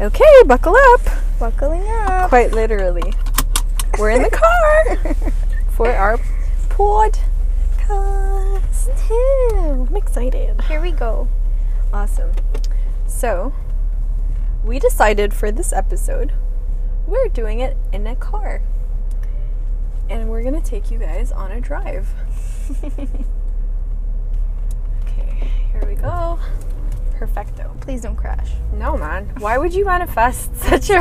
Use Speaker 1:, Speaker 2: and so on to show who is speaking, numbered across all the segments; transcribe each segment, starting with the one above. Speaker 1: Okay, buckle up.
Speaker 2: Buckling up.
Speaker 1: Quite literally. We're in the car for our podcast.
Speaker 2: Two.
Speaker 1: I'm excited.
Speaker 2: Here we go.
Speaker 1: Awesome. So, we decided for this episode, we're doing it in a car. And we're going to take you guys on a drive. okay, here we go. Perfecto.
Speaker 2: Please don't crash.
Speaker 1: No, man. Why would you manifest such a.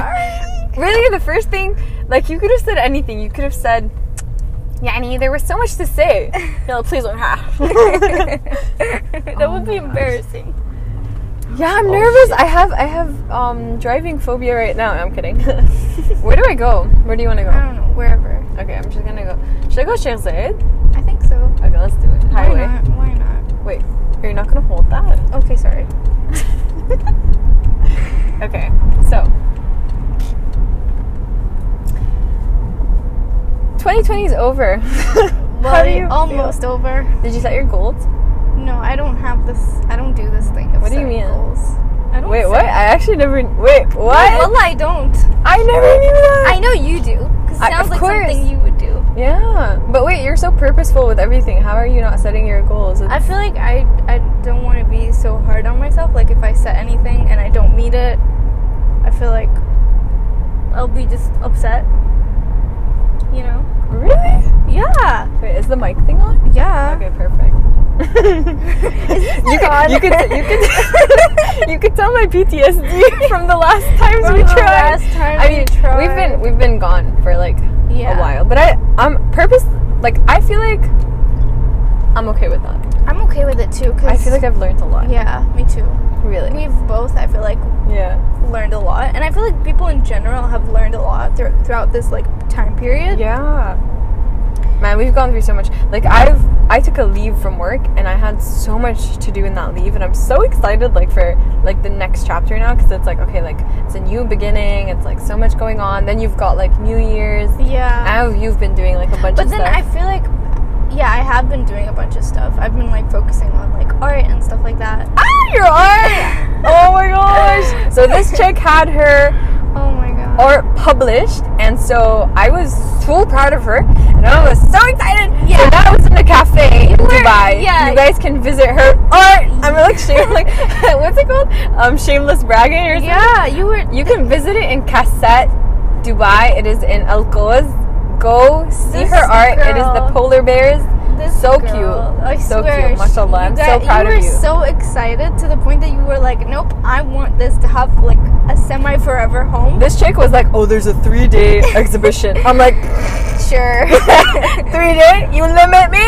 Speaker 2: Sorry.
Speaker 1: Really, the first thing, like, you could have said anything. You could have said, Yeah, Annie, there was so much to say. No, please don't have.
Speaker 2: that
Speaker 1: Oh
Speaker 2: would be embarrassing.
Speaker 1: Yeah,
Speaker 2: Oh,
Speaker 1: I'm nervous. I have I have um driving phobia right now. I'm kidding. Where do I go? Where do you want to
Speaker 2: I
Speaker 1: go?
Speaker 2: don't know. Wherever.
Speaker 1: Okay, I'm just gonna go. Should I go Sheikh
Speaker 2: I think so.
Speaker 1: Okay, let's do it. Highway.
Speaker 2: Why not? Why not?
Speaker 1: Wait, are you not gonna hold that?
Speaker 2: Okay, sorry.
Speaker 1: Okay, so 2020 is over.
Speaker 2: Well,
Speaker 1: How do you
Speaker 2: almost over.
Speaker 1: feel? Did you set your goals?
Speaker 2: No, I don't have this. I don't do this thing. Of
Speaker 1: What do you
Speaker 2: setting
Speaker 1: mean?
Speaker 2: Goals. I don't
Speaker 1: Wait,
Speaker 2: set-
Speaker 1: what? I actually never. Wait, what?
Speaker 2: Well, I don't.
Speaker 1: I never knew that.
Speaker 2: I know you do. Because
Speaker 1: I-
Speaker 2: it sounds
Speaker 1: of
Speaker 2: like
Speaker 1: course.
Speaker 2: something you would do.
Speaker 1: Yeah, but wait, you're so purposeful with everything. How are you not setting your goals?
Speaker 2: I feel like I, I don't want to be so hard on myself. Like if I set anything and I don't meet it, I feel like I'll be just upset. You know?
Speaker 1: Really?
Speaker 2: Yeah.
Speaker 1: Wait, is the mic thing on?
Speaker 2: Yeah.
Speaker 1: Okay, perfect. you
Speaker 2: on?
Speaker 1: could you could you could you could tell my PTSD from the last times
Speaker 2: From
Speaker 1: we
Speaker 2: the
Speaker 1: tried.
Speaker 2: last time
Speaker 1: I
Speaker 2: we
Speaker 1: mean, we've been
Speaker 2: tried.
Speaker 1: we've been gone for like
Speaker 2: Yeah.
Speaker 1: a while, but I I'm purpose like I feel like I'm okay with that.
Speaker 2: I'm okay with it too. Cause
Speaker 1: I feel like I've learned a lot.
Speaker 2: yeah, me too.
Speaker 1: really.
Speaker 2: We've both, I feel like,
Speaker 1: yeah.
Speaker 2: learned a lot, and I feel like people in general have learned a lot thr- throughout this like time period.
Speaker 1: Yeah. Man, we've gone through so much. Like I've I took a leave from work and I had so much to do in that leave and I'm so excited like for like the next chapter now cuz it's like okay, like it's a new beginning. It's like so much going on. Then you've got like New Year's.
Speaker 2: Yeah.
Speaker 1: Now you've been doing like a bunch
Speaker 2: But
Speaker 1: of
Speaker 2: then
Speaker 1: stuff.
Speaker 2: I feel like, yeah, I have been doing a bunch of stuff. I've been like focusing on like art and stuff like that.
Speaker 1: ah, you're art. oh my gosh. So this chick had her
Speaker 2: Oh my god.
Speaker 1: art published and so I was so proud of her and I was so excited. So
Speaker 2: Yeah.
Speaker 1: now I was in a cafe in
Speaker 2: You were-
Speaker 1: Dubai.
Speaker 2: yeah.
Speaker 1: You guys can visit her art. I'm like shame like what's it called? Um shameless bragging or something.
Speaker 2: yeah, you were.
Speaker 1: You can visit it in Cassette, Dubai. It is in Al Quds. Go see
Speaker 2: This
Speaker 1: her art. It is the
Speaker 2: girl.
Speaker 1: polar bears.
Speaker 2: This
Speaker 1: so
Speaker 2: girl,
Speaker 1: cute.
Speaker 2: I
Speaker 1: So
Speaker 2: swear,
Speaker 1: cute. Mashallah, I'm
Speaker 2: you
Speaker 1: so
Speaker 2: got-
Speaker 1: proud of
Speaker 2: You
Speaker 1: you.
Speaker 2: were so excited to the point that you were like, "Nope, I want this to have like a semi forever home."
Speaker 1: This chick was like, "Oh, there's a three-day exhibition." I'm like,
Speaker 2: sure.
Speaker 1: three day? You limit me?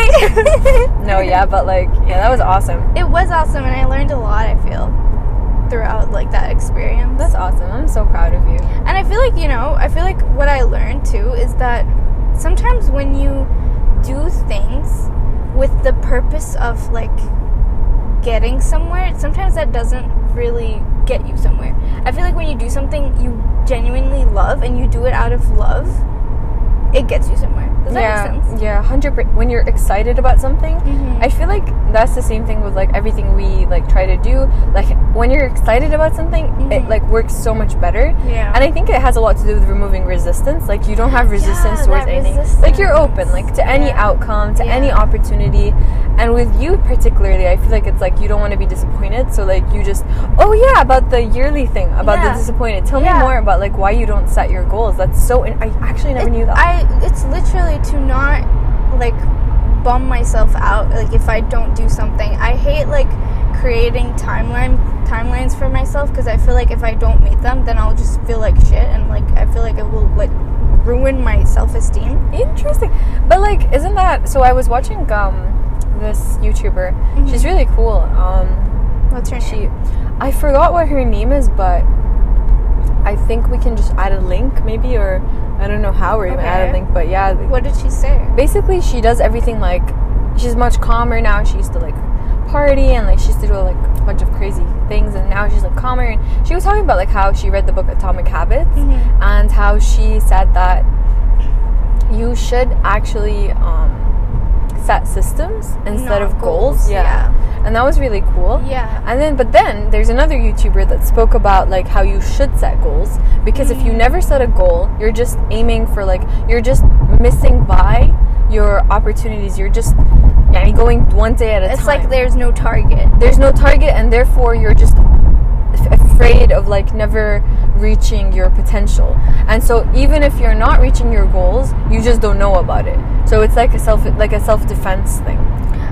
Speaker 1: no, yeah, but like, yeah, that was awesome.
Speaker 2: it was awesome, and I learned a lot. I feel throughout like that experience.
Speaker 1: That's awesome. I'm so proud of you.
Speaker 2: And I feel like, you know, I feel like what I learned too is that sometimes when you do things with the purpose of like getting somewhere, sometimes that doesn't really get you somewhere. I feel like when you do something you genuinely love and you do it out of love, it gets you somewhere. Does that
Speaker 1: yeah, Mm-hmm.
Speaker 2: make sense?
Speaker 1: yeah, hundred percent. When you're excited about something,
Speaker 2: Mhm.
Speaker 1: I feel like that's the same thing with like everything we like try to do. Like when you're excited about something, it
Speaker 2: Mhm.
Speaker 1: like works so much better.
Speaker 2: Yeah.
Speaker 1: And I think it has a lot to do with removing resistance. Like you don't have resistance
Speaker 2: Yeah,
Speaker 1: towards
Speaker 2: that
Speaker 1: anything. Like you're open, like to any
Speaker 2: resistance. Yeah.
Speaker 1: outcome, to any
Speaker 2: Yeah.
Speaker 1: opportunity. And with you particularly, I feel like it's like you don't want to be disappointed. So like you just, oh yeah, about the yearly thing, about
Speaker 2: Yeah.
Speaker 1: the disappointed. Tell me
Speaker 2: Yeah.
Speaker 1: more about like why you don't set your goals. That's so. In- I actually never
Speaker 2: It-
Speaker 1: knew that.
Speaker 2: I it's literally to not like bum myself out like if I don't do something. I hate like creating timeline timelines for myself because I feel like if I don't meet them then I'll just feel like shit and like I feel like it will like ruin my self-esteem.
Speaker 1: Interesting. But like, isn't that so? I was watching um this YouTuber.
Speaker 2: Mm-hmm.
Speaker 1: She's really cool. Um,
Speaker 2: What's your
Speaker 1: she, I forgot what her name is, but I think we can just add a link, maybe, or I don't know how we're gonna add a
Speaker 2: Okay.
Speaker 1: link. But yeah,
Speaker 2: What did she say?
Speaker 1: basically she does everything like she's much calmer now she used to like party and like she used to do like a bunch of crazy things and now she's like calmer and she was talking about like how she read the book atomic habits
Speaker 2: Mhm.
Speaker 1: and how she said that you should actually um, set systems instead
Speaker 2: Not
Speaker 1: of goals,
Speaker 2: goals, yeah.
Speaker 1: and that was really cool.
Speaker 2: Yeah.
Speaker 1: And then, but then there's another YouTuber that spoke about like how you should set goals because if you never set a goal, you're just aiming for like you're just missing by your opportunities. You're just yeah, going one day at a
Speaker 2: It's
Speaker 1: time.
Speaker 2: like there's no target.
Speaker 1: there's no target, and therefore you're just f- afraid of like never reaching your potential. And so even if you're not reaching your goals, you just don't know about it. So it's like a self like a self defense thing.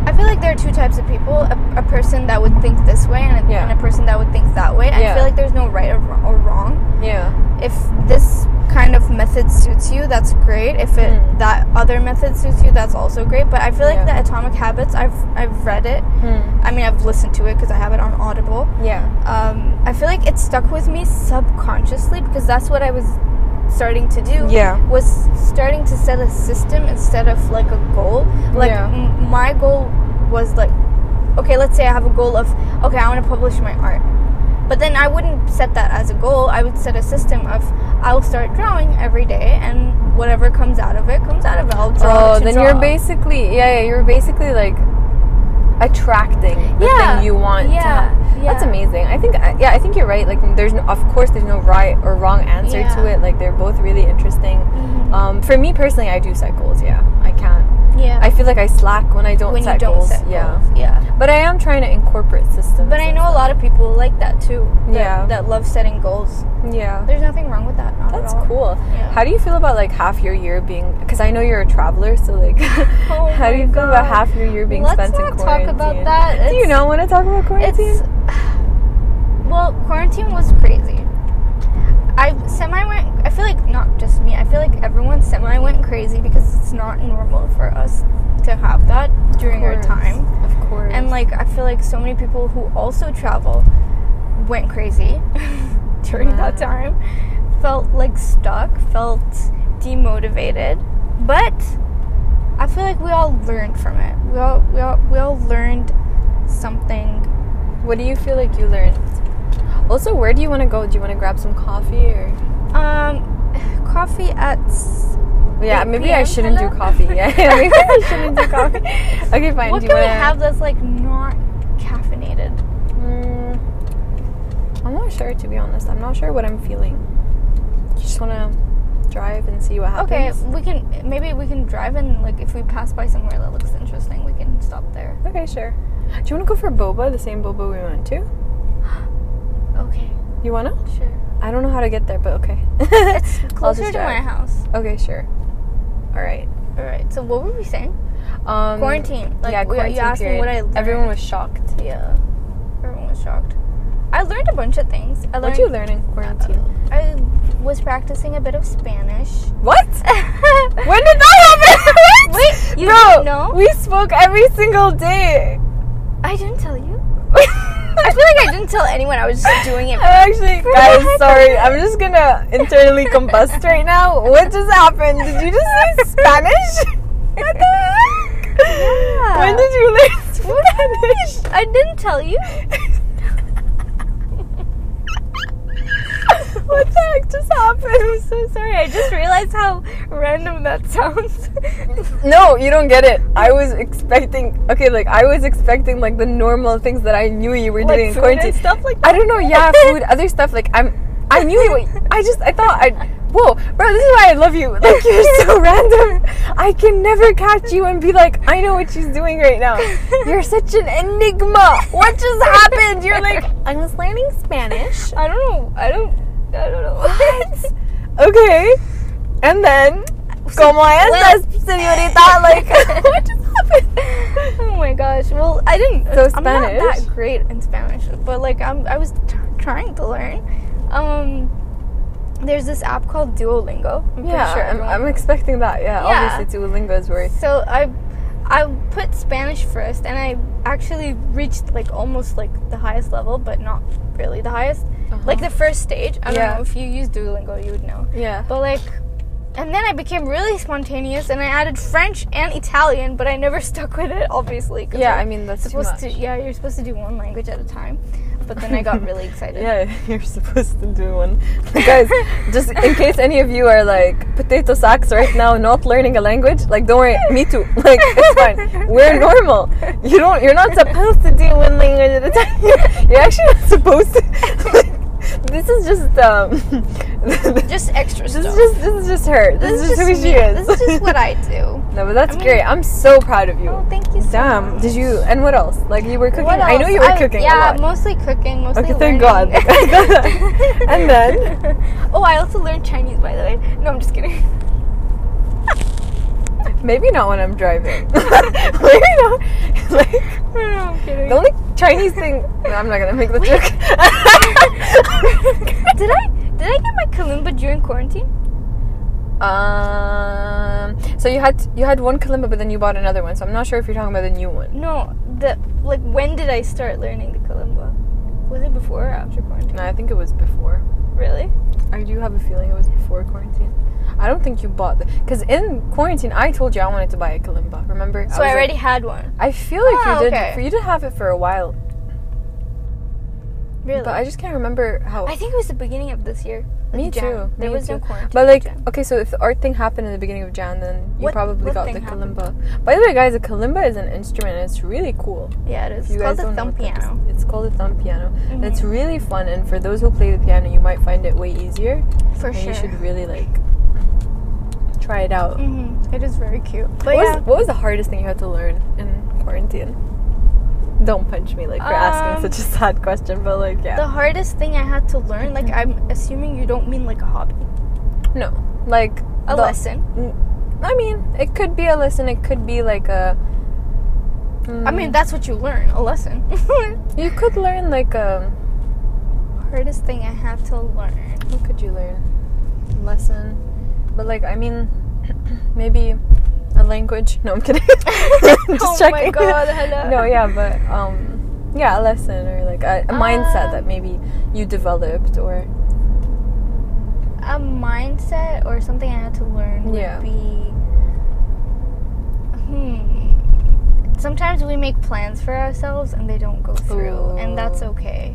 Speaker 2: I feel like there are two types of people: a, a person that would think this way, and a,
Speaker 1: Yeah.
Speaker 2: and a person that would think that way. I
Speaker 1: Yeah.
Speaker 2: feel like there's no right or, wr- or wrong.
Speaker 1: Yeah.
Speaker 2: If this kind of method suits you, that's great. If it
Speaker 1: Mm.
Speaker 2: that other method suits you, that's also great. But I feel like
Speaker 1: Yeah.
Speaker 2: the Atomic Habits. I've I've read it.
Speaker 1: Hmm.
Speaker 2: I mean, I've listened to it because I have it on Audible.
Speaker 1: Yeah.
Speaker 2: um, I feel like it stuck with me subconsciously because that's what I was starting to do.
Speaker 1: Yeah.
Speaker 2: Was starting to set a system instead of like a goal. Like
Speaker 1: Yeah.
Speaker 2: m- my goal was like, okay, let's say I have a goal of okay, I want to publish my art. But then I wouldn't set that as a goal. I would set a system of I'll start drawing every day, and whatever comes out of it comes out of it. I'll draw.
Speaker 1: Oh,
Speaker 2: to
Speaker 1: then you're
Speaker 2: draw.
Speaker 1: basically yeah, yeah, you're basically like attracting the
Speaker 2: Yeah,
Speaker 1: thing you want. to
Speaker 2: yeah,
Speaker 1: have. that's
Speaker 2: yeah.
Speaker 1: amazing. I think yeah, I think you're right. Like, there's no, of course there's no right or wrong answer to
Speaker 2: Yeah.
Speaker 1: it. Like, they're both really interesting.
Speaker 2: Mhm.
Speaker 1: Um, for me personally, I do set goals. Yeah, I can't.
Speaker 2: Yeah.
Speaker 1: I feel like I slack when I don't
Speaker 2: when
Speaker 1: set
Speaker 2: you don't
Speaker 1: goals.
Speaker 2: set
Speaker 1: yeah,
Speaker 2: goals. Yeah.
Speaker 1: but I am trying to incorporate systems.
Speaker 2: But I
Speaker 1: and
Speaker 2: know a lot of people like that too. That,
Speaker 1: Yeah.
Speaker 2: That love setting goals.
Speaker 1: stuff. Yeah,
Speaker 2: There's nothing wrong with that. Not
Speaker 1: that's
Speaker 2: at all.
Speaker 1: cool.
Speaker 2: Yeah.
Speaker 1: How do you feel about like half your year being? Because I know you're a traveler, so like,
Speaker 2: Oh
Speaker 1: how do
Speaker 2: my
Speaker 1: you feel about
Speaker 2: God.
Speaker 1: half your year being
Speaker 2: Let's
Speaker 1: spent in
Speaker 2: not talk
Speaker 1: quarantine?
Speaker 2: about that.
Speaker 1: do you
Speaker 2: It's-
Speaker 1: not want to talk about quarantine?
Speaker 2: It's well, quarantine was crazy. I semi went. I feel like not just me. I feel like everyone semi went crazy because it's not normal for us to have that during our time.
Speaker 1: of course.
Speaker 2: And like, I feel like so many people who also travel went crazy during that
Speaker 1: Wow.
Speaker 2: time, felt like stuck, felt demotivated. But I feel like we all learned from it. We all we all we all learned something.
Speaker 1: what do you feel like you learned? Also, where do you want to go? Do you want to grab some coffee or?
Speaker 2: Um, coffee at s-
Speaker 1: Yeah,
Speaker 2: 8
Speaker 1: maybe I
Speaker 2: PM,
Speaker 1: shouldn't
Speaker 2: hello?
Speaker 1: do coffee. Yeah, yeah, maybe I shouldn't do coffee. Okay, fine.
Speaker 2: what
Speaker 1: do
Speaker 2: can
Speaker 1: you
Speaker 2: we
Speaker 1: wanna...
Speaker 2: have that's like not caffeinated?
Speaker 1: Mm, I'm not sure to be honest. I'm not sure what I'm feeling. You just want to drive and see what
Speaker 2: Okay,
Speaker 1: happens.
Speaker 2: we can maybe we can drive and like if we pass by somewhere that looks interesting, we can stop there.
Speaker 1: Okay, sure. Do you want to go for boba? The same boba we went to.
Speaker 2: Okay,
Speaker 1: You wanna?
Speaker 2: sure.
Speaker 1: I don't know how to get there, but okay.
Speaker 2: It's
Speaker 1: I'll
Speaker 2: closer
Speaker 1: just
Speaker 2: to my
Speaker 1: drive.
Speaker 2: house.
Speaker 1: Okay, sure. All right.
Speaker 2: All right. So what were we saying?
Speaker 1: Um,
Speaker 2: Quarantine, like,
Speaker 1: yeah,
Speaker 2: we- you
Speaker 1: quarantine
Speaker 2: asked me
Speaker 1: period.
Speaker 2: what I learned.
Speaker 1: Everyone was shocked.
Speaker 2: Yeah. Everyone was shocked. I learned a bunch of things. I
Speaker 1: What
Speaker 2: learned,
Speaker 1: you learn in quarantine?
Speaker 2: I was practicing a bit of Spanish.
Speaker 1: What?
Speaker 2: when
Speaker 1: When did that happen?
Speaker 2: Wait, you
Speaker 1: Bro,
Speaker 2: didn't know?
Speaker 1: we spoke every single day.
Speaker 2: I didn't tell you.
Speaker 1: I
Speaker 2: I feel like I didn't tell anyone. I was just doing it.
Speaker 1: I'm actually,
Speaker 2: For
Speaker 1: guys,
Speaker 2: the heck of
Speaker 1: sorry.
Speaker 2: it.
Speaker 1: I'm just gonna internally combust right now. What just happened? Did you just say Spanish? What the heck?
Speaker 2: Yeah.
Speaker 1: When did you learn Spanish?
Speaker 2: I didn't tell you.
Speaker 1: what the heck just
Speaker 2: I'm
Speaker 1: happened?
Speaker 2: so sorry. I just realized how random that sounds.
Speaker 1: No, you don't get it. I was expecting, okay, like, I was expecting, like, the normal things that I knew you were
Speaker 2: Like
Speaker 1: doing in
Speaker 2: food
Speaker 1: quarantine.
Speaker 2: and stuff like
Speaker 1: I
Speaker 2: that.
Speaker 1: don't know. Yeah, food, other stuff. Like I'm, I knew. you- I just, I thought I. Whoa, bro, this is why I love you. Like you're so random. I can never catch you and be like, I know what she's doing right now. You're such an enigma. What just happened? You're like, I was learning Spanish.
Speaker 2: I don't know. I don't. I don't know.
Speaker 1: What? Okay. And then, como
Speaker 2: well-
Speaker 1: estás, señorita? Like, what just happened?
Speaker 2: oh my gosh. Well, I didn't.
Speaker 1: So
Speaker 2: I'm not
Speaker 1: Spanish.
Speaker 2: that great in Spanish, but like I'm, I was t- trying to learn. Um, there's this app called Duolingo. I'm pretty
Speaker 1: Yeah,
Speaker 2: sure
Speaker 1: I'm,
Speaker 2: everyone-
Speaker 1: I'm expecting that. Yeah,
Speaker 2: Yeah.
Speaker 1: obviously Duolingo is where
Speaker 2: So I, I put Spanish first, and I actually reached like almost like the highest level, but not really the highest. Like the first stage. I don't
Speaker 1: Yeah.
Speaker 2: know if you use Duolingo, you would know.
Speaker 1: yeah.
Speaker 2: But like, and then I became really spontaneous, and I added French and Italian, but I never stuck with it, obviously. 'cause
Speaker 1: Yeah,
Speaker 2: I'm
Speaker 1: I mean that's too
Speaker 2: supposed
Speaker 1: much.
Speaker 2: to. Yeah, you're supposed to do one language at a time. but then I got really excited.
Speaker 1: Yeah, you're supposed to do one. Guys, just in case any of you are like potato sacks right now, not learning a language, like don't worry, me too. Like it's fine. We're normal. You don't. You're not supposed to do one language at a time. You're, you're actually not supposed to. Like, this is just um.
Speaker 2: Just extra
Speaker 1: this is
Speaker 2: stuff.
Speaker 1: just this is just her. This, is just who she
Speaker 2: me.
Speaker 1: is.
Speaker 2: This is just what I do.
Speaker 1: no, but that's
Speaker 2: I mean-
Speaker 1: great. I'm so proud of you.
Speaker 2: Oh, thank you so
Speaker 1: Damn.
Speaker 2: much.
Speaker 1: Did you? And what else? Like you were cooking.
Speaker 2: What
Speaker 1: I know
Speaker 2: else?
Speaker 1: you were cooking. a
Speaker 2: Yeah,
Speaker 1: lot.
Speaker 2: mostly cooking. Mostly
Speaker 1: Okay, thank
Speaker 2: learning.
Speaker 1: God. And then?
Speaker 2: Oh, I also learned Chinese, by the way. No, I'm just kidding.
Speaker 1: Maybe not when I'm driving. Maybe not. Like
Speaker 2: No, I'm kidding.
Speaker 1: the only Chinese thing. No, I'm not gonna make the joke.
Speaker 2: did I did I get my kalimba during quarantine?
Speaker 1: um. So you had you had one kalimba, but then you bought another one. So I'm not sure if you're talking about the new one.
Speaker 2: No, the like when did I start learning the kalimba? Was it before or after quarantine?
Speaker 1: No, I think it was before.
Speaker 2: Really?
Speaker 1: I do have a feeling it was before quarantine. I don't think you bought the because in quarantine I told you I wanted to buy a kalimba. Remember?
Speaker 2: So
Speaker 1: was
Speaker 2: I,
Speaker 1: like-
Speaker 2: already had one.
Speaker 1: I feel like
Speaker 2: Oh,
Speaker 1: you did.
Speaker 2: okay.
Speaker 1: You did have it for a while,
Speaker 2: Really?
Speaker 1: but I just can't remember how.
Speaker 2: I think it was the beginning of this year.
Speaker 1: Me
Speaker 2: like Jan.
Speaker 1: too.
Speaker 2: There
Speaker 1: me
Speaker 2: was no
Speaker 1: too.
Speaker 2: quarantine.
Speaker 1: But like,
Speaker 2: Jan.
Speaker 1: okay, so if the art thing happened in the beginning of Jan, then you
Speaker 2: What-
Speaker 1: probably
Speaker 2: what
Speaker 1: got the
Speaker 2: thing happened?
Speaker 1: kalimba. By the way, guys, a kalimba is an instrument. It's really cool.
Speaker 2: yeah, it is.
Speaker 1: If
Speaker 2: It's called
Speaker 1: guys
Speaker 2: the
Speaker 1: don't know
Speaker 2: thumb
Speaker 1: what that is,
Speaker 2: piano. Mm-hmm.
Speaker 1: It's called a thumb piano. And it's really fun. And for those who play the piano, you might find it way easier.
Speaker 2: For
Speaker 1: and
Speaker 2: sure.
Speaker 1: you should really like try it out.
Speaker 2: Mhm. It is very cute.
Speaker 1: What,
Speaker 2: But yeah.
Speaker 1: was, what was the hardest thing you had to learn in quarantine? Don't punch me like for
Speaker 2: Um,
Speaker 1: asking such a sad question, but like yeah.
Speaker 2: The hardest thing I had to learn, like
Speaker 1: Mm-hmm.
Speaker 2: I'm assuming you don't mean like a hobby,
Speaker 1: no, like
Speaker 2: a
Speaker 1: the-
Speaker 2: lesson.
Speaker 1: Mm, I mean, it could be a lesson. It could be like a. mm,
Speaker 2: I mean, that's what you learn, a lesson.
Speaker 1: you could learn like a.
Speaker 2: hardest thing I had to learn.
Speaker 1: What could you learn? Lesson, but like I mean, maybe a language. No, I'm kidding. Just
Speaker 2: Oh my
Speaker 1: checking.
Speaker 2: God, hello.
Speaker 1: No, yeah, but um, yeah, a lesson or like a, a mindset that
Speaker 2: Um,
Speaker 1: maybe you developed or
Speaker 2: A mindset or something I had to learn would
Speaker 1: Yeah.
Speaker 2: be. Hmm. Sometimes we make plans for ourselves and they don't go through, and that's
Speaker 1: Ooh.
Speaker 2: okay.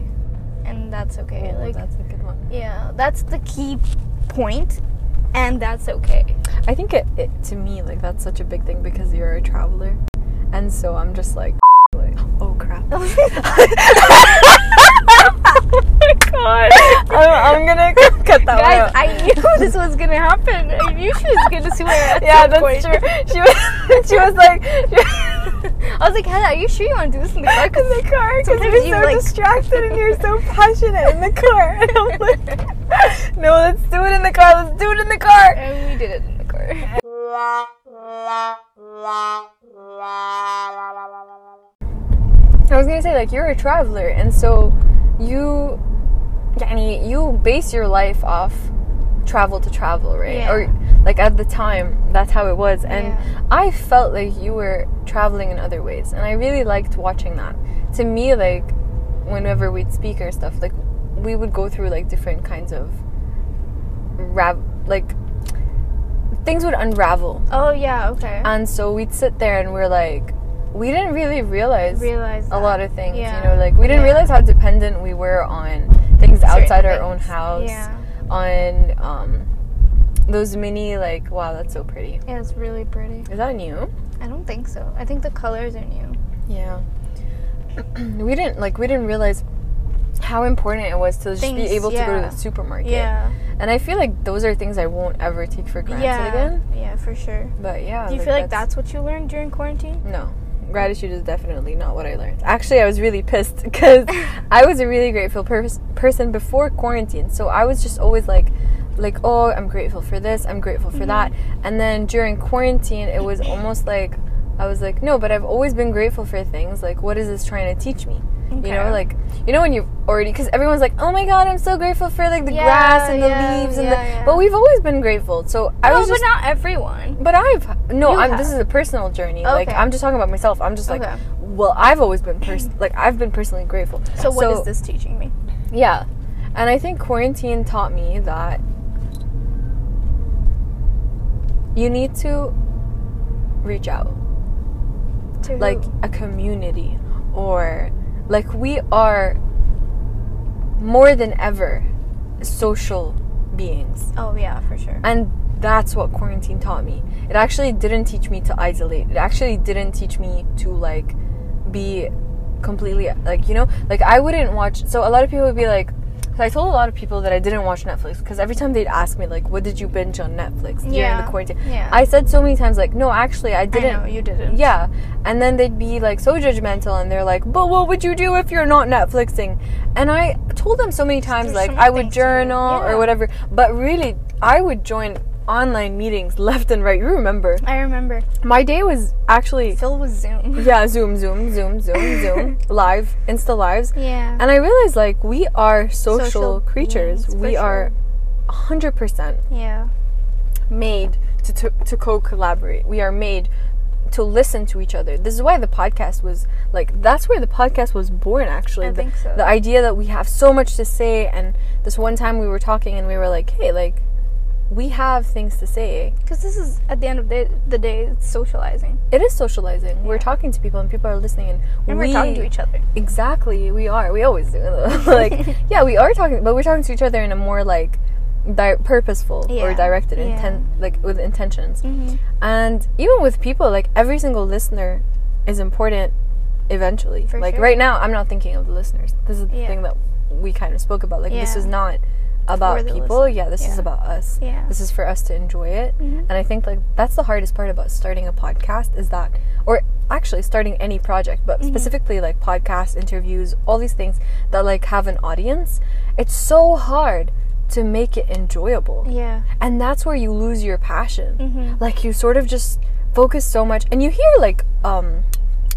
Speaker 2: And that's okay.
Speaker 1: Oh,
Speaker 2: like,
Speaker 1: that's a good one.
Speaker 2: yeah, that's the key point, and that's okay.
Speaker 1: I think it, it to me like that's such a big thing because you're a traveler, and so I'm just like, like oh crap. oh my god. I'm, I'm gonna cut that
Speaker 2: Guys,
Speaker 1: one out.
Speaker 2: I knew this was gonna happen. I knew she was gonna swear. At
Speaker 1: yeah,
Speaker 2: some
Speaker 1: that's
Speaker 2: point.
Speaker 1: true. She was, she was like,
Speaker 2: I was like, Hannah, are you sure you want to do this in the car?
Speaker 1: in the car because
Speaker 2: Sometimes
Speaker 1: you're
Speaker 2: you,
Speaker 1: so
Speaker 2: like-
Speaker 1: distracted and you're so passionate in the car. And I'm like, no, let's do it in the car. Let's do it in the car.
Speaker 2: and we did it in the car.
Speaker 1: I was gonna say like you're a traveler, and so you, yani, you base your life off travel to travel, right?
Speaker 2: Yeah.
Speaker 1: Or like at the time, that's how it was, and
Speaker 2: Yeah.
Speaker 1: I felt like you were traveling in other ways, and I really liked watching that. To me, like whenever we'd speak or stuff, like we would go through like different kinds of rav like things would unravel,
Speaker 2: Oh yeah, okay.
Speaker 1: and so we'd sit there and we're like, we didn't really realize
Speaker 2: realize
Speaker 1: a lot of things.
Speaker 2: Yeah.
Speaker 1: You know, like we didn't
Speaker 2: Yeah.
Speaker 1: realize how dependent we were on things outside our own house,
Speaker 2: Yeah,
Speaker 1: on um, those mini like wow, that's so pretty.
Speaker 2: yeah, it's really pretty.
Speaker 1: Is that new?
Speaker 2: I don't think so. I think the colors are new.
Speaker 1: Yeah. we didn't like we didn't realize how important it was to just be
Speaker 2: Things,
Speaker 1: able to go
Speaker 2: yeah.
Speaker 1: to the supermarket.
Speaker 2: Yeah,
Speaker 1: And I feel like those are things I won't ever take for granted
Speaker 2: yeah,
Speaker 1: again.
Speaker 2: yeah, for sure.
Speaker 1: But yeah.
Speaker 2: Do you feel like that's what you learned during quarantine?
Speaker 1: No. Gratitude is definitely not what I learned. Actually, I was really pissed because I was a really grateful pers- person before quarantine. So I was just always like, like, oh, I'm grateful for this. I'm grateful for that.
Speaker 2: Mm-hmm.
Speaker 1: And then during quarantine, it was almost like I was like, no, but I've always been grateful for things. Like, what is this trying to teach me? You know,
Speaker 2: Okay.
Speaker 1: like, you know, when you've already, because everyone's like, oh my God, I'm so grateful for like the
Speaker 2: Yeah,
Speaker 1: grass and the
Speaker 2: yeah,
Speaker 1: leaves and
Speaker 2: yeah,
Speaker 1: the.
Speaker 2: yeah.
Speaker 1: But we've always been grateful. So I
Speaker 2: no,
Speaker 1: was
Speaker 2: but
Speaker 1: just
Speaker 2: not everyone.
Speaker 1: but I've no.
Speaker 2: You
Speaker 1: I'm,
Speaker 2: have.
Speaker 1: this is a personal journey. Like
Speaker 2: Okay.
Speaker 1: I'm just talking about myself. I'm just like,
Speaker 2: Okay.
Speaker 1: well, I've always been pers- like I've been personally grateful.
Speaker 2: So what is this teaching me?
Speaker 1: Yeah, and I think quarantine taught me that you need to reach out,
Speaker 2: To
Speaker 1: like
Speaker 2: who?
Speaker 1: a community, or like we are more than ever social beings.
Speaker 2: Oh yeah, for sure.
Speaker 1: And that's what quarantine taught me. It actually didn't teach me to isolate. It actually didn't teach me to like be completely like you know like I wouldn't watch. So a lot of people would be like, 'cause I told a lot of people that I didn't watch Netflix because every time they'd ask me like, what did you binge on Netflix during
Speaker 2: Yeah,
Speaker 1: the quarantine?
Speaker 2: yeah.
Speaker 1: I said so many times like, no, actually I didn't.
Speaker 2: know, you didn't.
Speaker 1: Yeah, and then they'd be like so judgmental and they're like, but what would you do if you're not Netflixing? And I told them so many times
Speaker 2: There's
Speaker 1: like
Speaker 2: so many
Speaker 1: I would
Speaker 2: things to do.
Speaker 1: journal
Speaker 2: Yeah.
Speaker 1: or whatever, but really I would join online meetings left and right. You remember?
Speaker 2: I remember
Speaker 1: My day was actually
Speaker 2: Phil was Zoom.
Speaker 1: yeah, Zoom, Zoom, Zoom, Zoom, Zoom, live, Insta lives.
Speaker 2: Yeah.
Speaker 1: And I realized like we are social,
Speaker 2: Social
Speaker 1: creatures.
Speaker 2: beings, for
Speaker 1: we are 100%
Speaker 2: yeah.
Speaker 1: made to, to, to co-collaborate. We are made to listen to each other. This is why the podcast was like that's where the podcast was born actually.
Speaker 2: I
Speaker 1: the,
Speaker 2: think so.
Speaker 1: the idea that we have so much to say and this one time we were talking and we were like, "Hey, like we have things to say."
Speaker 2: Because this is at the end of the, the day, it's socializing,
Speaker 1: It is socializing. We're
Speaker 2: Yeah.
Speaker 1: talking to people and people are listening and,
Speaker 2: and
Speaker 1: we,
Speaker 2: we're talking to each other.
Speaker 1: Exactly, we are. We always do. like, yeah, we are talking, but we're talking to each other in a more like di- purposeful or
Speaker 2: Yeah,
Speaker 1: directed
Speaker 2: yeah.
Speaker 1: intent, like with intentions.
Speaker 2: Mm-hmm.
Speaker 1: And even with people, like every single listener is important eventually.
Speaker 2: For
Speaker 1: like
Speaker 2: sure.
Speaker 1: right now, I'm not thinking of the listeners. This is the
Speaker 2: Yeah.
Speaker 1: thing that we kind of spoke about. Like this
Speaker 2: Yeah.
Speaker 1: is not about
Speaker 2: For the
Speaker 1: people.
Speaker 2: listener.
Speaker 1: Yeah, this is
Speaker 2: Yeah.
Speaker 1: about us.
Speaker 2: Yeah.
Speaker 1: This is for us to enjoy it.
Speaker 2: Mhm.
Speaker 1: And I think like that's the hardest part about starting a podcast is that or actually starting any project, but
Speaker 2: Mm-hmm.
Speaker 1: specifically like podcasts, interviews, all these things that like have an audience. It's so hard to make it enjoyable
Speaker 2: Yeah.
Speaker 1: and that's where you lose your passion
Speaker 2: Mhm.
Speaker 1: like you sort of just focus so much and you hear like um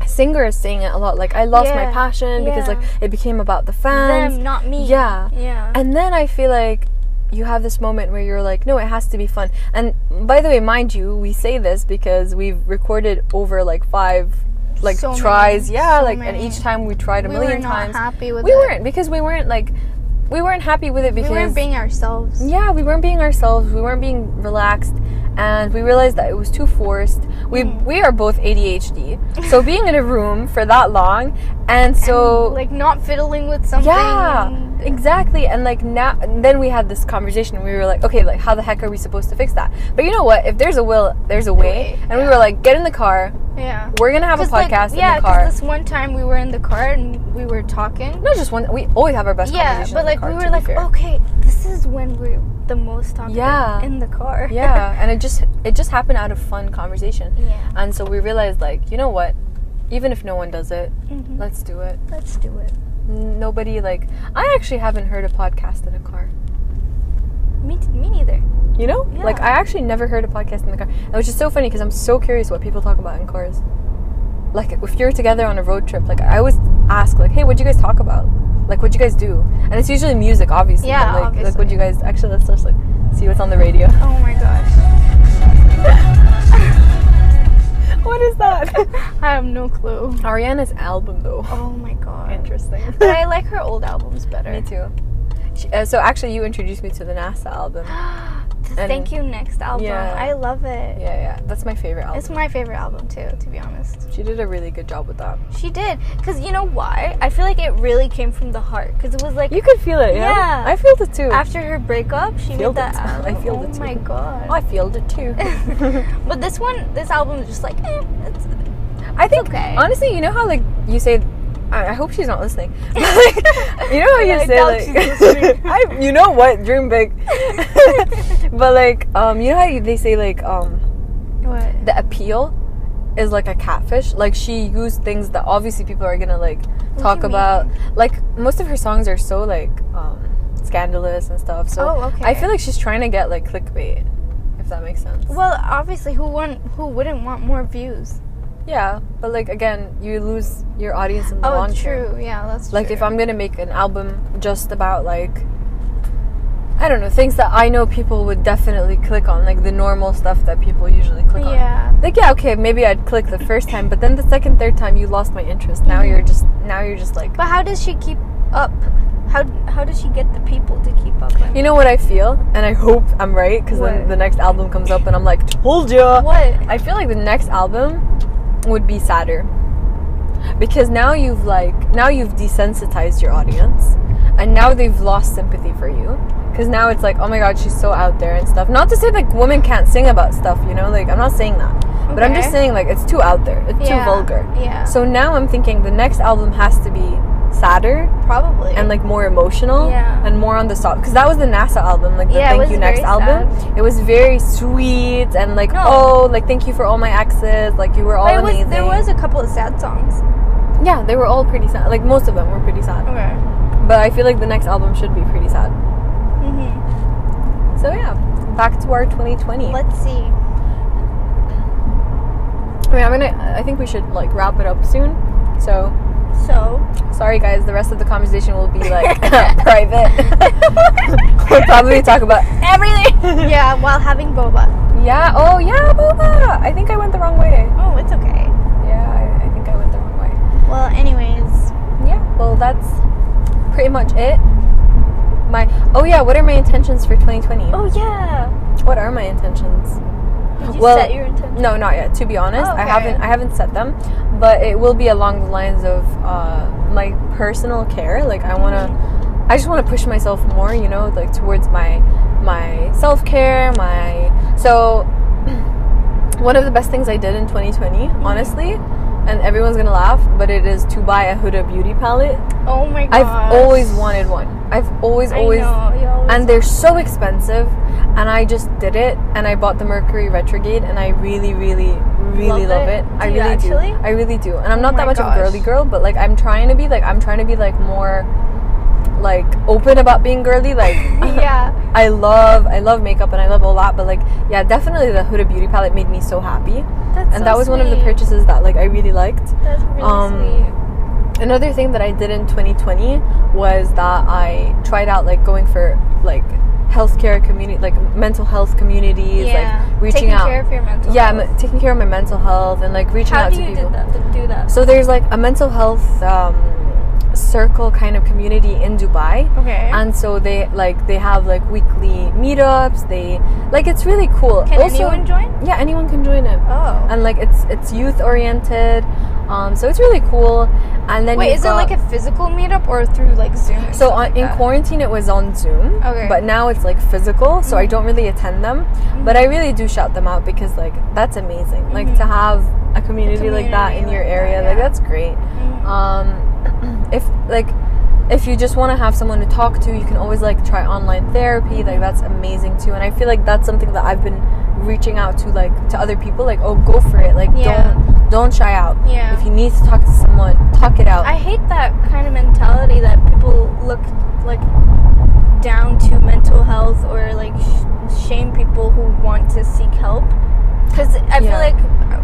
Speaker 1: singers saying it a lot like i lost my
Speaker 2: Yeah,
Speaker 1: passion because
Speaker 2: yeah.
Speaker 1: like it became about the fans
Speaker 2: Them, not me.
Speaker 1: yeah.
Speaker 2: Yeah.
Speaker 1: and then i feel like you have this moment where you're like no it has to be fun and by the way mind you we say this because we've recorded over like five like
Speaker 2: So many,
Speaker 1: tries yeah
Speaker 2: so
Speaker 1: like and
Speaker 2: many.
Speaker 1: each time we tried a
Speaker 2: we were
Speaker 1: million
Speaker 2: not
Speaker 1: times
Speaker 2: happy with
Speaker 1: we
Speaker 2: it.
Speaker 1: weren't because we weren't like we weren't happy with it
Speaker 2: We
Speaker 1: because
Speaker 2: weren't being ourselves.
Speaker 1: yeah, we weren't being ourselves. We weren't being relaxed, and we realized that it was too forced. We
Speaker 2: Hmm.
Speaker 1: we are both ADHD, so being in a room for that long, and so
Speaker 2: And, like not fiddling with something.
Speaker 1: yeah, exactly. And like now, and then we had this conversation. And we were like, okay, like how the heck are we supposed to fix that? But you know what? If there's a will, there's a way.
Speaker 2: way,
Speaker 1: And we were like, get in the car.
Speaker 2: Yeah.
Speaker 1: We're gonna have a
Speaker 2: 'Cause, like,
Speaker 1: podcast
Speaker 2: yeah,
Speaker 1: in the car.
Speaker 2: because this one time we were in the car and we were talking.
Speaker 1: Not just one. We always have our best.
Speaker 2: Yeah,
Speaker 1: conversations
Speaker 2: but
Speaker 1: in the
Speaker 2: like
Speaker 1: car,
Speaker 2: we
Speaker 1: to
Speaker 2: were
Speaker 1: be
Speaker 2: like, "Oh,
Speaker 1: fair.
Speaker 2: okay, this is when we're the most talkative
Speaker 1: Yeah.
Speaker 2: in the car.
Speaker 1: yeah and it just it just happened out of fun conversation
Speaker 2: Yeah.
Speaker 1: and so we realized like you know what even if no one does it
Speaker 2: Mhm.
Speaker 1: let's do it
Speaker 2: Let's do it.
Speaker 1: N- nobody like i actually haven't heard a podcast in a car
Speaker 2: Me, t- me neither.
Speaker 1: you know
Speaker 2: Yeah.
Speaker 1: like i actually never heard a podcast in the car and which is so funny because i'm so curious what people talk about in cars like if you're together on a road trip like i always ask like hey what'd you guys talk about like what'd you guys do and it's usually music obviously
Speaker 2: Yeah,
Speaker 1: but, like, like
Speaker 2: obviously.
Speaker 1: what'd you guys actually let's just like see what's on the radio
Speaker 2: Oh my gosh,
Speaker 1: what is that
Speaker 2: I have no clue.
Speaker 1: ariana's album though
Speaker 2: Oh my god.
Speaker 1: Interesting.
Speaker 2: But I like her old albums better.
Speaker 1: Me too. She, uh, so actually, you introduced me to the NASA album. Yeah,
Speaker 2: The
Speaker 1: And-
Speaker 2: Thank You Next album.
Speaker 1: Yeah.
Speaker 2: I love it.
Speaker 1: yeah, that's my favorite album.
Speaker 2: It's my favorite album too, to be honest.
Speaker 1: she did a really good job with that.
Speaker 2: She did, cause you know why? I feel like it really came from the heart, cause it was like
Speaker 1: You could feel it. Yeah,
Speaker 2: Yeah.
Speaker 1: I feel it too.
Speaker 2: after her breakup, she
Speaker 1: Feel
Speaker 2: made that.
Speaker 1: it. I
Speaker 2: album.
Speaker 1: feel
Speaker 2: oh
Speaker 1: it too.
Speaker 2: my god.
Speaker 1: I feel it too.
Speaker 2: But this one, this album is just like, eh, it's,
Speaker 1: I think
Speaker 2: okay.
Speaker 1: honestly, you know how like you say. I I hope she's not listening. But, like, you know how you
Speaker 2: I
Speaker 1: say
Speaker 2: doubt
Speaker 1: like,
Speaker 2: she's listening.
Speaker 1: I, you know what, dream big. but like, um, you know how you- they say like, um,
Speaker 2: what?
Speaker 1: the appeal is like a catfish. Like she used things that obviously people are gonna like
Speaker 2: do
Speaker 1: talk
Speaker 2: you
Speaker 1: about. Like most of her songs are so like um, scandalous and stuff. So
Speaker 2: Oh, okay.
Speaker 1: I feel like she's trying to get like clickbait, if that makes sense.
Speaker 2: Well, obviously, who want, who wouldn't want more views?
Speaker 1: Yeah, but like again, you lose your audience in the
Speaker 2: oh,
Speaker 1: long term.
Speaker 2: true. Yeah, that's
Speaker 1: Like if
Speaker 2: true.
Speaker 1: I'm gonna make an album just about like I don't know things that I know people would definitely click on, like the normal stuff that people usually click on.
Speaker 2: Yeah.
Speaker 1: like yeah okay maybe i'd click the first time but then the second third time you lost my interest now you're just now you're just like
Speaker 2: But how does she keep up? How how does she get the people to keep up? with-
Speaker 1: you know what i feel and i hope i'm right because then
Speaker 2: What?
Speaker 1: the next album comes up and i'm like told you
Speaker 2: What?
Speaker 1: i feel like the next album would be sadder because now you've like now you've desensitized your audience and now they've lost sympathy for you because now it's like oh my god she's so out there and stuff not to say like women can't sing about stuff you know like i'm not saying that but i'm just
Speaker 2: Okay.
Speaker 1: saying like it's too out there it's
Speaker 2: Yeah,
Speaker 1: too vulgar
Speaker 2: Yeah.
Speaker 1: so now i'm thinking the next album has to be sadder
Speaker 2: probably.
Speaker 1: and like more emotional
Speaker 2: Yeah.
Speaker 1: and more on the soft because that was the NASA album, like the
Speaker 2: Yeah, it
Speaker 1: Thank
Speaker 2: was
Speaker 1: You Next
Speaker 2: very
Speaker 1: album. It was very sweet and like
Speaker 2: No.
Speaker 1: oh like thank you for all my exes, like you were all
Speaker 2: But it was,
Speaker 1: amazing.
Speaker 2: there was a couple of sad songs.
Speaker 1: yeah, they were all pretty sad. Like most of them were pretty sad,
Speaker 2: Okay.
Speaker 1: but I feel like the next album should be pretty sad.
Speaker 2: hmm
Speaker 1: So yeah, back to our 2020.
Speaker 2: Let's see.
Speaker 1: I mean, I'm gonna. I think we should like wrap it up soon. So
Speaker 2: So.
Speaker 1: sorry guys, the rest of the conversation will be like private. we'll probably talk about everything.
Speaker 2: yeah, while having boba.
Speaker 1: Yeah. Oh, yeah, boba. I think I went the wrong way.
Speaker 2: Oh, it's okay.
Speaker 1: Yeah, I, I think I went the wrong way.
Speaker 2: Well, anyways,
Speaker 1: Yeah. Well, that's pretty much it. My. Oh yeah. What are my intentions for 2020?
Speaker 2: Oh yeah.
Speaker 1: What are my intentions?
Speaker 2: Did you
Speaker 1: Well,
Speaker 2: set your intention?
Speaker 1: No, not yet. To be honest,
Speaker 2: Oh,
Speaker 1: I
Speaker 2: okay.
Speaker 1: haven't. I haven't set them, but it will be along the lines of uh, my personal care. Like I wanna. I just want to push myself more, you know, like towards my my self care, my so. One of the best things I did in 2020,
Speaker 2: Mm-hmm.
Speaker 1: honestly, and everyone's gonna laugh, but it is to buy a Huda beauty palette.
Speaker 2: Oh my god.
Speaker 1: I've always wanted one. I've always, always,
Speaker 2: know, you always
Speaker 1: and they're so expensive, and I just did it, and I bought the Mercury Retrograde, and I really, really, really love,
Speaker 2: Love
Speaker 1: it.
Speaker 2: it?
Speaker 1: I
Speaker 2: Do
Speaker 1: really
Speaker 2: you actually?
Speaker 1: do. I really do, and I'm
Speaker 2: Oh
Speaker 1: not
Speaker 2: my
Speaker 1: that much of
Speaker 2: gosh.
Speaker 1: a girly girl, but like I'm trying to be. Like I'm trying to be like more, like open about being girly. Like
Speaker 2: yeah.
Speaker 1: I love, I love makeup, and I love all that, but like yeah, definitely the Huda Beauty Palette made me so happy,
Speaker 2: That's
Speaker 1: and
Speaker 2: so
Speaker 1: that was one of the
Speaker 2: sweet.
Speaker 1: purchases that like I really liked
Speaker 2: That's really
Speaker 1: um,
Speaker 2: sweet.
Speaker 1: another thing that I did in 2020 was that I tried out like going for like healthcare community, like mental health communities,
Speaker 2: yeah.
Speaker 1: like reaching
Speaker 2: Taking
Speaker 1: out.
Speaker 2: care of your mental.
Speaker 1: yeah,
Speaker 2: health.
Speaker 1: I'm taking care of my mental health and like reaching
Speaker 2: How
Speaker 1: out
Speaker 2: do
Speaker 1: to
Speaker 2: you
Speaker 1: people.
Speaker 2: did that? Do that?
Speaker 1: So there's like a mental health um, circle kind of community in Dubai
Speaker 2: okay.
Speaker 1: and so they like they have like weekly meetups they like it's really cool
Speaker 2: Can
Speaker 1: also
Speaker 2: anyone join?
Speaker 1: yeah anyone can join it
Speaker 2: Oh.
Speaker 1: and like it's it's youth oriented um so it's really cool and then
Speaker 2: Wait,
Speaker 1: you've
Speaker 2: is it
Speaker 1: got-
Speaker 2: like a physical meetup or through like Zoom? or
Speaker 1: so
Speaker 2: stuff
Speaker 1: on,
Speaker 2: like
Speaker 1: in
Speaker 2: that?
Speaker 1: quarantine, it was on Zoom.
Speaker 2: Okay. Mm-hmm.
Speaker 1: But now it's like physical, so I don't really attend them. But I really do shout them out because like that's amazing. Like to have a community, like that in
Speaker 2: Mm-hmm. community
Speaker 1: your
Speaker 2: like
Speaker 1: area,
Speaker 2: that,
Speaker 1: like
Speaker 2: yeah.
Speaker 1: that's great.
Speaker 2: Mhm.
Speaker 1: Um, if like if you just want to have someone to talk to, you can always like try online therapy. Like that's amazing too. And I feel like that's something that I've been reaching out to like to other people. Like oh, go for it. Like
Speaker 2: Yeah.
Speaker 1: don't don't shy out.
Speaker 2: Yeah.
Speaker 1: If you need to talk to someone, talk it out.
Speaker 2: I hate that kind of mentality that people look like down to mental health or like sh- shame people who want to seek help. Because I feel
Speaker 1: Yeah.
Speaker 2: like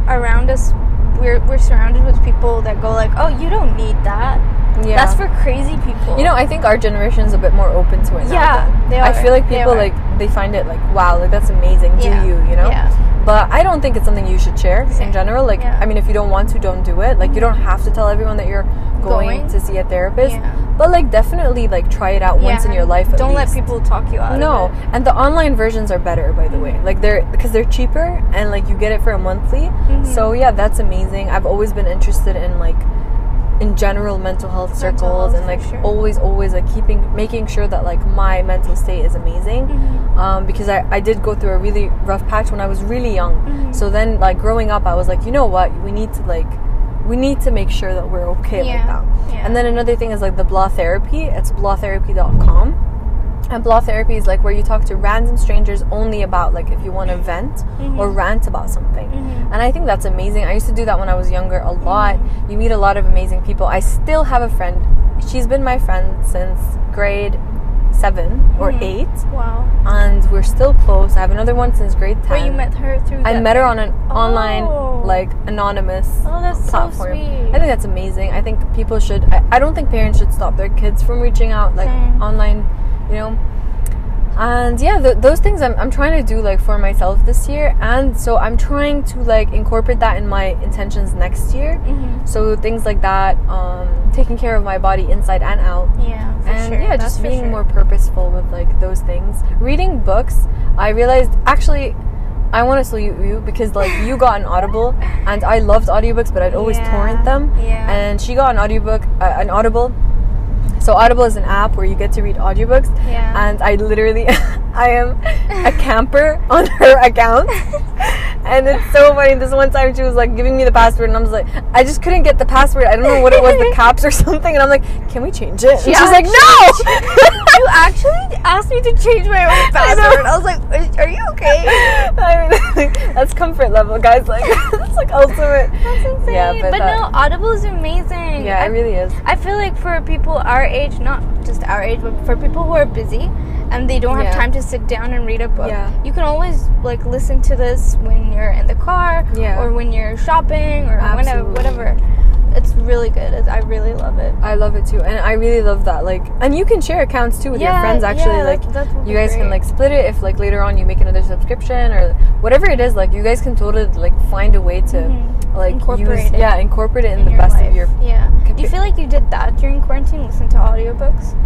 Speaker 2: around us, we're we're surrounded with people that go like, "Oh, you don't need that.
Speaker 1: yeah.
Speaker 2: That's for crazy people."
Speaker 1: You know, I think our generation's a bit more open to it. now,
Speaker 2: yeah,
Speaker 1: though.
Speaker 2: they
Speaker 1: I
Speaker 2: are.
Speaker 1: feel like
Speaker 2: They
Speaker 1: people
Speaker 2: are.
Speaker 1: like they find it like wow, like that's amazing. Do
Speaker 2: Yeah.
Speaker 1: you? You know.
Speaker 2: yeah,
Speaker 1: But I don't think it's something you should share
Speaker 2: Yeah.
Speaker 1: in general. Like,
Speaker 2: Yeah.
Speaker 1: I mean, if you don't want to, don't do it. Like, you don't have to tell everyone that you're going,
Speaker 2: Going?
Speaker 1: to see a therapist.
Speaker 2: yeah.
Speaker 1: But like, definitely like try it out once in
Speaker 2: Yeah.
Speaker 1: your life. at
Speaker 2: Don't
Speaker 1: least.
Speaker 2: let people talk you out.
Speaker 1: No,
Speaker 2: of it. Mm.
Speaker 1: and the online versions are better, by the way. Like they're because they're cheaper and like you get it for a monthly.
Speaker 2: Mm-hmm.
Speaker 1: So yeah, that's amazing. I've always been interested in like in general mental health circles
Speaker 2: health,
Speaker 1: and
Speaker 2: for
Speaker 1: like
Speaker 2: sure.
Speaker 1: always, always like keeping making sure that like my mental state is amazing.
Speaker 2: Mhm.
Speaker 1: Um, because I, I did go through a really rough patch when I was really young.
Speaker 2: Mm-hmm.
Speaker 1: So then like growing up I was like, you know what, we need to like we need to make sure that we're okay like that.
Speaker 2: yeah.
Speaker 1: And then another thing is like the Blah Therapy. It's blahTherapy.com. And Blah Therapy is like where you talk to random strangers only about like if you want to vent
Speaker 2: Mm-hmm.
Speaker 1: or rant about something.
Speaker 2: Mhm.
Speaker 1: And I think that's amazing. I used to do that when I was younger a lot.
Speaker 2: Mm-hmm.
Speaker 1: You meet a lot of amazing people. I still have a friend. She's been my friend since grade seven or
Speaker 2: Mhm.
Speaker 1: eight,
Speaker 2: wow,
Speaker 1: and we're still close. I have another one since grade ten.
Speaker 2: where you met her through.
Speaker 1: I
Speaker 2: that-
Speaker 1: met her on an
Speaker 2: Oh.
Speaker 1: online, like anonymous
Speaker 2: Oh, that's so
Speaker 1: platform.
Speaker 2: sweet.
Speaker 1: I think that's amazing. I think people should. I, I don't think parents should stop their kids from reaching out, like
Speaker 2: Same.
Speaker 1: online, you know. And yeah, th- those things I'm, I'm trying to do like for myself this year, and so I'm trying to like incorporate that in my intentions next year.
Speaker 2: Mhm.
Speaker 1: So things like that, um, taking care of my body inside and out,
Speaker 2: Yeah, for
Speaker 1: and
Speaker 2: sure.
Speaker 1: yeah,
Speaker 2: That's
Speaker 1: just
Speaker 2: for
Speaker 1: being
Speaker 2: sure.
Speaker 1: more purposeful with like those things. Reading books, I realized actually. I want to salute you because like you got an Audible, and I loved audiobooks, but I'd always
Speaker 2: Yeah,
Speaker 1: torrent them
Speaker 2: yeah.
Speaker 1: and she got an audiobook uh, an audible So Audible is an app where you get to read audiobooks.
Speaker 2: Yeah.
Speaker 1: And I literally, I am a camper on her account. And it's so funny. This one time she was like giving me the password, and I was like, I just couldn't get the password. I don't know what it was, the caps or something. And I'm like, can we change it? And
Speaker 2: She
Speaker 1: she's like,
Speaker 2: actually-
Speaker 1: no.
Speaker 2: you actually asked me to change my own
Speaker 1: I know.
Speaker 2: password. I, was like, are, are you okay?
Speaker 1: I mean, like, that's comfort level, guys. Like, that's like ultimate.
Speaker 2: That's insane.
Speaker 1: Yeah, but
Speaker 2: but
Speaker 1: that-
Speaker 2: no, Audible is amazing.
Speaker 1: Yeah,
Speaker 2: I,
Speaker 1: it really is.
Speaker 2: I feel like for people our age, not just our age, but for people who are busy and they don't have
Speaker 1: Yeah.
Speaker 2: time to sit down and read a book,
Speaker 1: Yeah.
Speaker 2: you can always like listen to this when you're in the car
Speaker 1: Yeah.
Speaker 2: or when you're shopping or
Speaker 1: Absolutely.
Speaker 2: whenever, whatever. It's really good. It's, I really love it.
Speaker 1: I love it too, and I really love that. Like, and you can share accounts too with your friends. Actually,
Speaker 2: yeah,
Speaker 1: like,
Speaker 2: that- that would
Speaker 1: you
Speaker 2: be
Speaker 1: guys can
Speaker 2: great.
Speaker 1: like split it if like later on you make another subscription or whatever it is. Like, you guys can totally like find a way to
Speaker 2: Mhm.
Speaker 1: like
Speaker 2: Incorporate
Speaker 1: use
Speaker 2: it
Speaker 1: yeah Mm-hmm. incorporate it in,
Speaker 2: in
Speaker 1: the
Speaker 2: your
Speaker 1: best
Speaker 2: life.
Speaker 1: of your.
Speaker 2: yeah. Do
Speaker 1: compa-
Speaker 2: you feel like you did that during quarantine? Listen to audiobooks.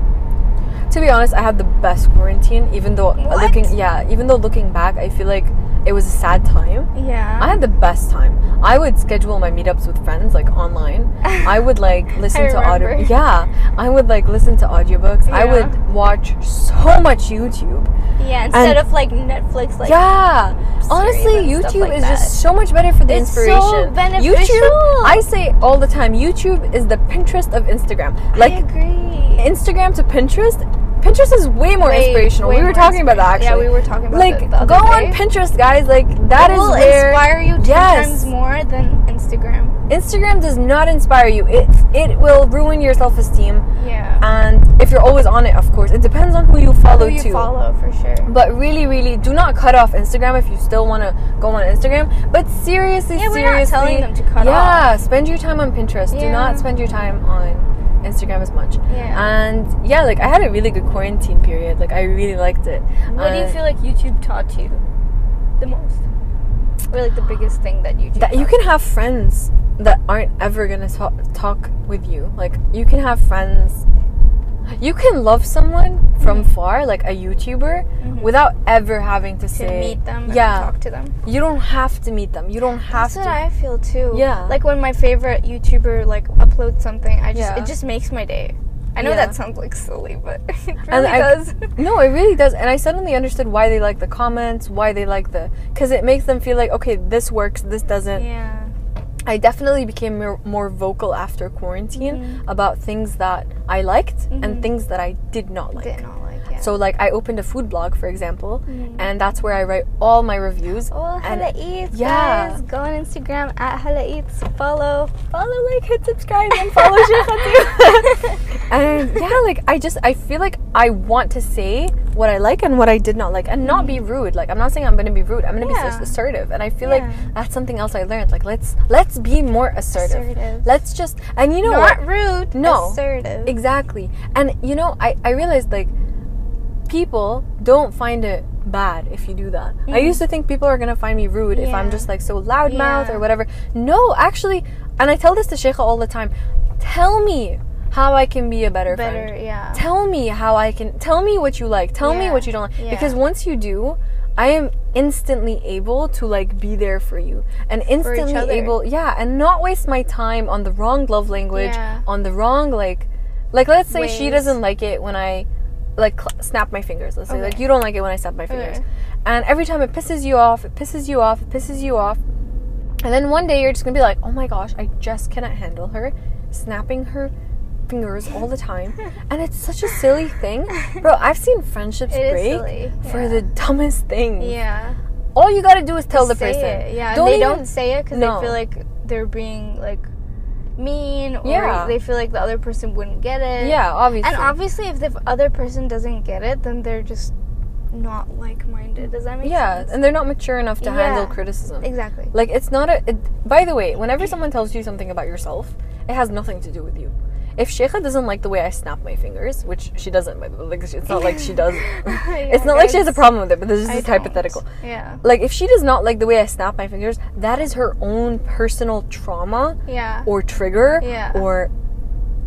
Speaker 1: To be honest, I had the best quarantine. Even though
Speaker 2: What?
Speaker 1: looking yeah, even though looking back, I feel like it was a sad time.
Speaker 2: Yeah.
Speaker 1: I had the best time. I would schedule my meetups with friends like online. I would like listen
Speaker 2: I
Speaker 1: to audio.
Speaker 2: remember.
Speaker 1: Yeah, I would like listen to audiobooks. I
Speaker 2: Yeah.
Speaker 1: would watch so much YouTube.
Speaker 2: yeah. Instead of like Netflix, like
Speaker 1: yeah, honestly,
Speaker 2: series and stuff
Speaker 1: YouTube
Speaker 2: like
Speaker 1: is just so much better for the
Speaker 2: It's so
Speaker 1: inspiration.
Speaker 2: beneficial.
Speaker 1: YouTube, I say all the time, YouTube is the Pinterest of Instagram.
Speaker 2: I
Speaker 1: Like
Speaker 2: agree.
Speaker 1: Instagram to Pinterest. Pinterest is way more
Speaker 2: Way-
Speaker 1: inspirational.
Speaker 2: way
Speaker 1: we were
Speaker 2: more
Speaker 1: talking about that actually.
Speaker 2: inspirational. Yeah, we were talking about
Speaker 1: like
Speaker 2: it the other
Speaker 1: go on
Speaker 2: day.
Speaker 1: Pinterest, guys. Like that
Speaker 2: it
Speaker 1: is
Speaker 2: will
Speaker 1: where
Speaker 2: inspire you ten
Speaker 1: Yes.
Speaker 2: times more than Instagram.
Speaker 1: Instagram does not inspire you. It it will ruin your self esteem,
Speaker 2: Yeah.
Speaker 1: and if you're always on it, of course, it depends on who you follow
Speaker 2: Who you
Speaker 1: too.
Speaker 2: follow for sure.
Speaker 1: But really, really, do not cut off Instagram if you still want to go on Instagram. But seriously,
Speaker 2: Yeah,
Speaker 1: seriously,
Speaker 2: we're not telling them to cut
Speaker 1: yeah,
Speaker 2: off.
Speaker 1: spend your time on Pinterest. Do
Speaker 2: Yeah.
Speaker 1: not spend your time on Instagram as much.
Speaker 2: Yeah.
Speaker 1: And yeah, like I had a really good quarantine period. Like I really liked it.
Speaker 2: what do you
Speaker 1: And
Speaker 2: feel like YouTube taught you the most? Or like the biggest thing that YouTube
Speaker 1: that you
Speaker 2: taught
Speaker 1: can have friends that aren't ever gonna talk, talk with you. Like you can have friends. You can love someone from far, like a YouTuber,
Speaker 2: Mhm.
Speaker 1: without ever having to,
Speaker 2: Mm-hmm. to
Speaker 1: say
Speaker 2: meet them
Speaker 1: Yeah,
Speaker 2: and talk to them.
Speaker 1: you don't have to meet them. You don't have
Speaker 2: That's
Speaker 1: to.
Speaker 2: what I feel too.
Speaker 1: Yeah.
Speaker 2: Like when my favorite YouTuber like uploads something, I just
Speaker 1: Yeah.
Speaker 2: it just makes my day. I know
Speaker 1: Yeah.
Speaker 2: that sounds like silly, but it really
Speaker 1: And I-
Speaker 2: does.
Speaker 1: no, it really does. And I suddenly understood why they like the comments, why they like the, because it makes them feel like okay, this works, this doesn't.
Speaker 2: yeah.
Speaker 1: I definitely became more, more vocal after quarantine
Speaker 2: Mm-hmm.
Speaker 1: about things that I liked and
Speaker 2: Mhm.
Speaker 1: things that I did not like.
Speaker 2: Did not like it.
Speaker 1: So like I opened a food blog, for example, and that's where I write all my reviews.
Speaker 2: Mm-hmm. Oh,
Speaker 1: and
Speaker 2: Hala Eats,
Speaker 1: yeah.
Speaker 2: guys. Go on Instagram at Hala Eats. Follow.
Speaker 1: follow, like, hit subscribe, and follow Sheikha too. and yeah, like I just I feel like I want to say what I like and what I did not like, and not be rude. Like I'm not saying I'm gonna be rude. I'm gonna be
Speaker 2: Mm. Yeah.
Speaker 1: just assertive, and I feel
Speaker 2: Yeah.
Speaker 1: like that's something else I learned. Like let's let's be more assertive.
Speaker 2: Assertive.
Speaker 1: Let's just and you know what?
Speaker 2: Not rude.
Speaker 1: No.
Speaker 2: Assertive.
Speaker 1: Exactly. And you know, I, I realized like people don't find it bad if you do that. I
Speaker 2: Mhm.
Speaker 1: used to think people are gonna find me rude if I'm
Speaker 2: Yeah.
Speaker 1: just like so loudmouth
Speaker 2: Yeah.
Speaker 1: or whatever. No, actually, and I tell this to Sheikha all the time. Tell me how I can be a better, friend
Speaker 2: Better, yeah.
Speaker 1: tell me how I can tell me what you like, tell me
Speaker 2: Yeah,
Speaker 1: what you don't like.
Speaker 2: yeah.
Speaker 1: Because once you do, I am instantly able to like be there for you and instantly
Speaker 2: other.
Speaker 1: able, yeah, and not waste my time on the wrong love language,
Speaker 2: Yeah.
Speaker 1: on the wrong like, like let's say she
Speaker 2: Ways.
Speaker 1: doesn't like it when I like cl- snap my fingers. Let's say
Speaker 2: Okay.
Speaker 1: like you don't like it when I snap my fingers,
Speaker 2: Okay.
Speaker 1: and every time it pisses you off, it pisses you off, it pisses you off, and then one day you're just gonna be like, oh my gosh, I just cannot handle her snapping her fingers all the time. and it's such a silly thing. Bro, I've seen friendships
Speaker 2: It is
Speaker 1: break
Speaker 2: silly,
Speaker 1: for
Speaker 2: yeah.
Speaker 1: the dumbest thing.
Speaker 2: yeah.
Speaker 1: All you gotta do is tell the
Speaker 2: Say
Speaker 1: person.
Speaker 2: it, Yeah.
Speaker 1: Don't
Speaker 2: they
Speaker 1: even-
Speaker 2: don't say it because
Speaker 1: No.
Speaker 2: they feel like they're being like mean or
Speaker 1: Yeah.
Speaker 2: they feel like the other person wouldn't get it.
Speaker 1: Yeah, obviously.
Speaker 2: And obviously, if the other person doesn't get it, then they're just not like minded. Does that make
Speaker 1: yeah,
Speaker 2: sense?
Speaker 1: and they're not mature enough to handle
Speaker 2: Yeah.
Speaker 1: criticism.
Speaker 2: Exactly.
Speaker 1: Like it's not a. It, by the way, whenever someone tells you something about yourself, it has nothing to do with you. If Sheikha doesn't like the way I snap my fingers, which she doesn't, by the way, like it's not like she does. it's not like she has a problem with it, but this is
Speaker 2: I
Speaker 1: just
Speaker 2: don't.
Speaker 1: hypothetical.
Speaker 2: Yeah.
Speaker 1: Like if she does not like the way I snap my fingers, that is her own personal trauma
Speaker 2: Yeah.
Speaker 1: or trigger
Speaker 2: Yeah.
Speaker 1: or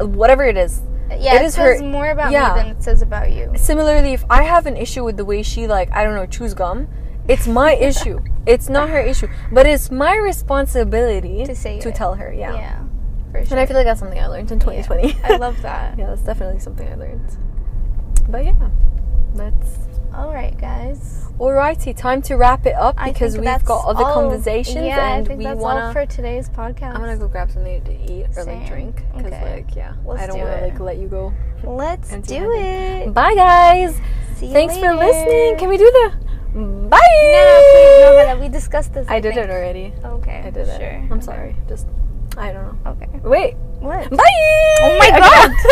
Speaker 1: whatever it is.
Speaker 2: yeah.
Speaker 1: it
Speaker 2: It,
Speaker 1: is her-
Speaker 2: says more about
Speaker 1: yeah.
Speaker 2: me than it says about you.
Speaker 1: Similarly, if I have an issue with the way she like I don't know chews gum, it's my issue. It's not her issue, but it's my responsibility
Speaker 2: To say it.
Speaker 1: tell her. Yeah.
Speaker 2: Yeah. for sure.
Speaker 1: And I feel like that's something I learned in 2020.
Speaker 2: Yeah, I love that.
Speaker 1: yeah, that's definitely something I learned. But yeah, that's
Speaker 2: All right, guys.
Speaker 1: alrighty. Time to wrap it up
Speaker 2: I
Speaker 1: because
Speaker 2: think
Speaker 1: we've
Speaker 2: that's
Speaker 1: got other
Speaker 2: all-
Speaker 1: conversations
Speaker 2: yeah,
Speaker 1: and
Speaker 2: I think
Speaker 1: we
Speaker 2: that's
Speaker 1: wanna.
Speaker 2: all for today's podcast.
Speaker 1: I'm gonna go grab something to eat or like
Speaker 2: Same.
Speaker 1: drink because
Speaker 2: Okay.
Speaker 1: like yeah,
Speaker 2: Let's
Speaker 1: I don't
Speaker 2: do
Speaker 1: want to
Speaker 2: it.
Speaker 1: like let you go.
Speaker 2: Let's
Speaker 1: and see
Speaker 2: do
Speaker 1: how
Speaker 2: it.
Speaker 1: Bye guys.
Speaker 2: See you
Speaker 1: Thanks for
Speaker 2: later.
Speaker 1: listening. Can we do the bye?
Speaker 2: No, please, no, Hannah, we discussed this.
Speaker 1: I did
Speaker 2: think.
Speaker 1: it already.
Speaker 2: Okay.
Speaker 1: I did
Speaker 2: sure.
Speaker 1: it. I'm
Speaker 2: Okay.
Speaker 1: sorry. Just I don't know.
Speaker 2: Okay.
Speaker 1: Wait.
Speaker 2: What?
Speaker 1: Bye.
Speaker 2: Oh my God.